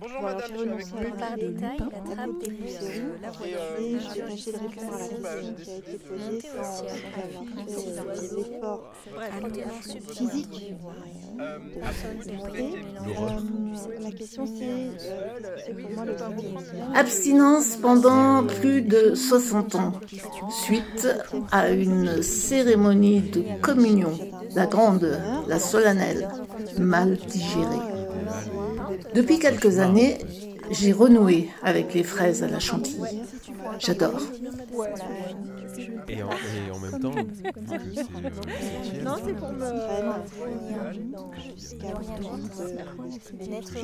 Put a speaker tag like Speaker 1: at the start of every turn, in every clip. Speaker 1: Bonjour madame, je suis avec vous.
Speaker 2: Par détail, la trappe des
Speaker 1: euh,
Speaker 2: la
Speaker 1: et,
Speaker 2: voie
Speaker 1: euh,
Speaker 2: de
Speaker 1: j'ai réfléchi
Speaker 2: réfléchi de
Speaker 1: à la question, bah, j'ai
Speaker 2: récupérer
Speaker 1: décidé de-
Speaker 2: la
Speaker 1: de-
Speaker 2: montée au
Speaker 1: euh,
Speaker 2: ciel,
Speaker 1: de-
Speaker 2: avec
Speaker 1: de-
Speaker 2: des efforts
Speaker 1: Bref,
Speaker 2: protégeant
Speaker 1: je vous
Speaker 2: physique.
Speaker 1: pose la question. Euh, à
Speaker 2: Euh,
Speaker 1: propos
Speaker 2: personnes
Speaker 1: du
Speaker 2: et
Speaker 1: préquel,
Speaker 2: moyens,
Speaker 3: Laura.
Speaker 2: euh, la question c'est euh, c'est pour moi le temps qui est-
Speaker 4: Abstinence pendant plus de 60 ans, suite à une cérémonie de communion, la grande, la solennelle, mal digérée. Depuis quelques années, j'ai renoué avec les fraises à la chantilly. J'adore.
Speaker 3: Et
Speaker 5: Ah.
Speaker 3: en, et en même temps, vu que c'est, euh, c'est tiède,
Speaker 2: Non, c'est pour me-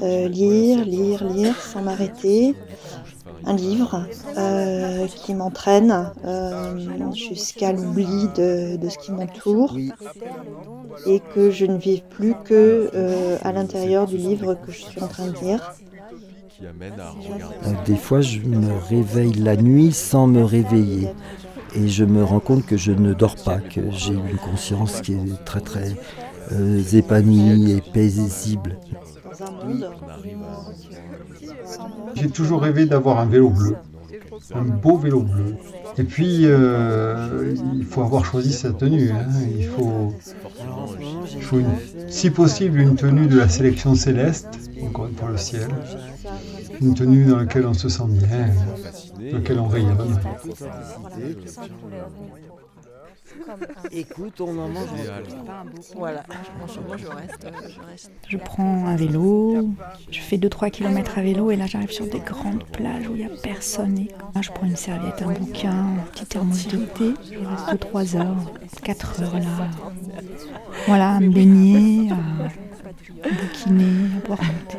Speaker 6: Euh, lire, lire, lire sans m'arrêter. Un livre euh, qui m'entraîne euh, jusqu'à l'oubli de, de ce qui m'entoure
Speaker 7: Oui.
Speaker 6: et que je ne vive plus que euh, à l'intérieur du livre que je suis en train de lire.
Speaker 3: qui amène à
Speaker 7: Euh,
Speaker 3: regarder.
Speaker 7: Des fois, je me réveille la nuit sans me réveiller. Et je me rends compte que je ne dors pas, que j'ai une conscience qui est très très euh, épanouie et paisible.
Speaker 6: Dans un monde
Speaker 3: On arrive à...
Speaker 8: J'ai toujours rêvé d'avoir un vélo bleu, un beau vélo bleu. Et puis, euh, il faut avoir choisi sa tenue. hein. Il faut,
Speaker 3: Forcément,
Speaker 7: en ce moment, j'ai
Speaker 8: il faut une- si possible, une tenue de la sélection céleste, encore une fois le ciel. Une tenue dans laquelle on se sent bien,
Speaker 3: fasciné.
Speaker 8: dans laquelle Hein. on rayonne.
Speaker 7: Écoute, on en mange.
Speaker 3: Idéal.
Speaker 9: Voilà, moi je reste. euh, je reste.
Speaker 10: Je prends un vélo, je fais 2-3 km à vélo et là j'arrive sur des grandes plages où il n'y a personne. Et là, je prends une serviette, un bouquin, un petit thermos de thé. Je reste 3 heures, 4 heures là. Voilà, à me baigner, à bouquiner, à boire mon thé.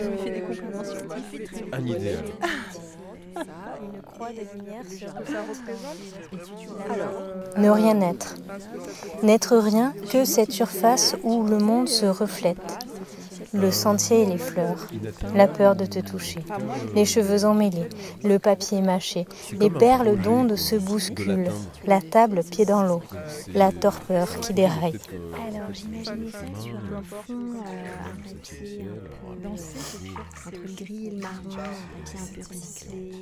Speaker 9: Je me fais des compliments scientifiques.
Speaker 3: Un idéal.
Speaker 2: Une croix de lumière sur
Speaker 5: Ne rien être. N'être rien que cette surface où le monde se reflète. Le sentier et les fleurs. La peur de te toucher. Les cheveux emmêlés. Le papier mâché. Les perles d'ondes se bousculent. La table pied dans l'eau. La torpeur qui déraille.
Speaker 3: euh,
Speaker 2: Alors, j'imaginais ça sur un fond euh, en papier un peu dansé, entre le gris et le marron, un papier un peu recyclé.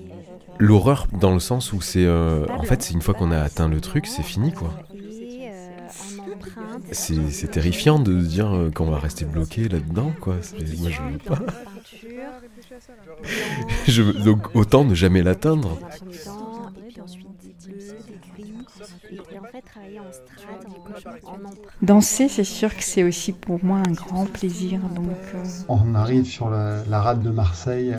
Speaker 3: L'horreur dans le sens où c'est... euh, en fait, c'est une fois qu'on a atteint le truc, c'est fini, quoi.
Speaker 2: Et euh, en empreinte. euh,
Speaker 3: C'est c'est terrifiant de se dire euh, qu'on va rester bloqué là-dedans, quoi. C'est- Moi, je veux pas.
Speaker 2: Peinture,
Speaker 3: Je veux- donc, autant ne jamais l'atteindre.
Speaker 2: blanc, et puis ensuite des bleus, des gris, et, et en fait travailler en strade, en, en empreinte.
Speaker 10: Danser, c'est sûr que c'est aussi pour moi un grand plaisir. Donc, euh,
Speaker 8: On arrive sur la, la rade de Marseille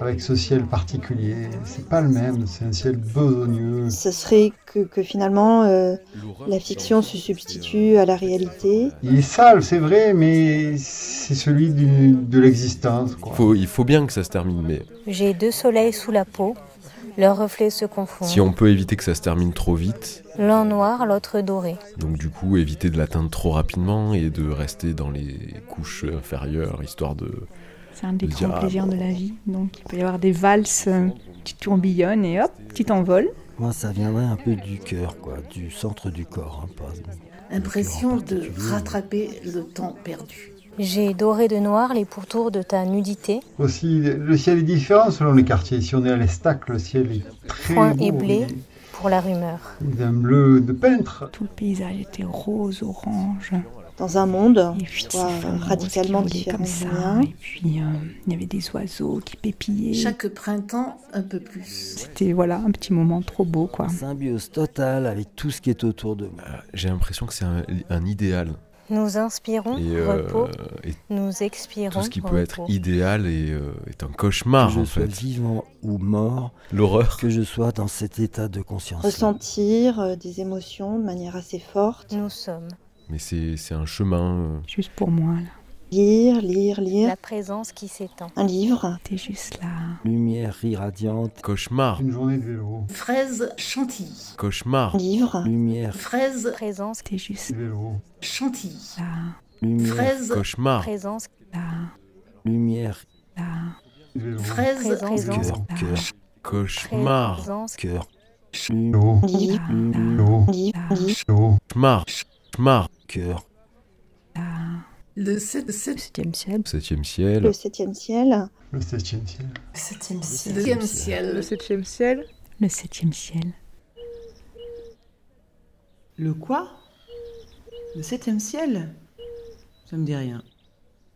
Speaker 8: avec ce ciel particulier. C'est pas le même, c'est un ciel besogneux.
Speaker 6: Ce serait que, que finalement euh, la fiction se substitue à la réalité.
Speaker 8: Il est sale, c'est vrai, mais c'est celui du- de l'existence. quoi.
Speaker 3: Faut- il faut bien que ça se termine, mais
Speaker 5: J'ai deux soleils sous la peau. Leurs reflets se
Speaker 3: si
Speaker 5: confondent.
Speaker 3: on peut éviter que ça se termine trop vite,
Speaker 5: L'un noir, l'autre doré.
Speaker 3: donc du coup, éviter de l'atteindre trop rapidement et de rester dans les couches inférieures, histoire de...
Speaker 10: c'est un des
Speaker 3: Je
Speaker 10: grands
Speaker 3: dirais, ah,
Speaker 10: plaisirs de la vie. Donc, il peut y avoir des valses, euh, tu tourbillonnes et hop, tu t'envoles.
Speaker 7: Moi, ça viendrait un peu du cœur, quoi, du centre du corps. hein, pas-
Speaker 4: Impression
Speaker 7: du cœur en
Speaker 4: de
Speaker 7: particulier.
Speaker 4: rattraper le temps perdu.
Speaker 5: J'ai doré de noir les pourtours de ta nudité.
Speaker 8: Aussi, le ciel est différent selon les quartiers. Si on est à l'Estac, le ciel est très
Speaker 5: Foin
Speaker 8: beau,
Speaker 5: et blé.
Speaker 8: il est-
Speaker 5: Pour la rumeur.
Speaker 8: il est d'un bleu de peintre.
Speaker 10: Tout le paysage était rose, orange.
Speaker 6: Dans un monde
Speaker 10: Et puis,
Speaker 6: Toi,
Speaker 10: ces femmes roses
Speaker 6: radicalement
Speaker 10: qui roulaient comme
Speaker 6: différent du
Speaker 10: ça.
Speaker 6: mien.
Speaker 10: Et puis, euh, il y avait des oiseaux qui pépillaient.
Speaker 4: Chaque printemps, un peu plus.
Speaker 10: C'était voilà, un petit moment trop beau, quoi.
Speaker 7: Symbiose totale avec tout ce qui est autour de moi.
Speaker 3: J'ai l'impression que c'est un, un idéal.
Speaker 5: Nous
Speaker 6: Mmh.
Speaker 5: inspirons,
Speaker 3: Et, euh,
Speaker 5: repos.
Speaker 3: et
Speaker 5: Nous expirons.
Speaker 3: tout ce qui peut être
Speaker 5: repos.
Speaker 3: idéal est, euh, est un
Speaker 7: Que
Speaker 3: cauchemar,
Speaker 7: je
Speaker 3: en
Speaker 7: sois
Speaker 3: fait.
Speaker 7: vivant ou mort,
Speaker 3: L'horreur.
Speaker 7: que je sois dans cet état de conscience.
Speaker 6: ressentir euh, des émotions de manière assez forte.
Speaker 5: Nous sommes.
Speaker 3: Mais c'est c'est un chemin... euh,
Speaker 10: Juste pour moi, là.
Speaker 6: Lire, lire, lire.
Speaker 5: La présence qui s'étend.
Speaker 6: Un livre.
Speaker 10: C'était juste là.
Speaker 7: Lumière irradiante,
Speaker 3: Cauchemar,
Speaker 8: Une journée de vélo.
Speaker 4: Fraise chantilly.
Speaker 3: cauchemar,
Speaker 6: Un livre.
Speaker 7: lumière,
Speaker 4: Fraise
Speaker 5: Présence,
Speaker 10: C'était juste
Speaker 8: Vélo.
Speaker 4: chantilly.
Speaker 10: là,
Speaker 7: lumière,
Speaker 4: Fraise
Speaker 3: cauchemar,
Speaker 5: présence,
Speaker 10: là,
Speaker 7: lumière,
Speaker 10: là.
Speaker 8: Vélo.
Speaker 4: fraise
Speaker 5: présence,
Speaker 7: cœur, cœur,
Speaker 3: cauchemar,
Speaker 5: présence,
Speaker 7: cœur, lumière,
Speaker 8: Vélo.
Speaker 6: Livre.
Speaker 7: lumière,
Speaker 8: Vélo.
Speaker 10: Ah.
Speaker 6: Livre. Livre.
Speaker 8: Vélo.
Speaker 3: cauchemar, cauchemar,
Speaker 7: cœur,
Speaker 4: Le 7 septième ciel.
Speaker 3: Septième ciel.
Speaker 6: Le septième ciel.
Speaker 8: Le septième ciel.
Speaker 4: Le septième ciel. Le septième ciel.
Speaker 11: Le septième ciel.
Speaker 10: Le septième ciel.
Speaker 12: Le quoi Le septième ciel Ça me dit rien.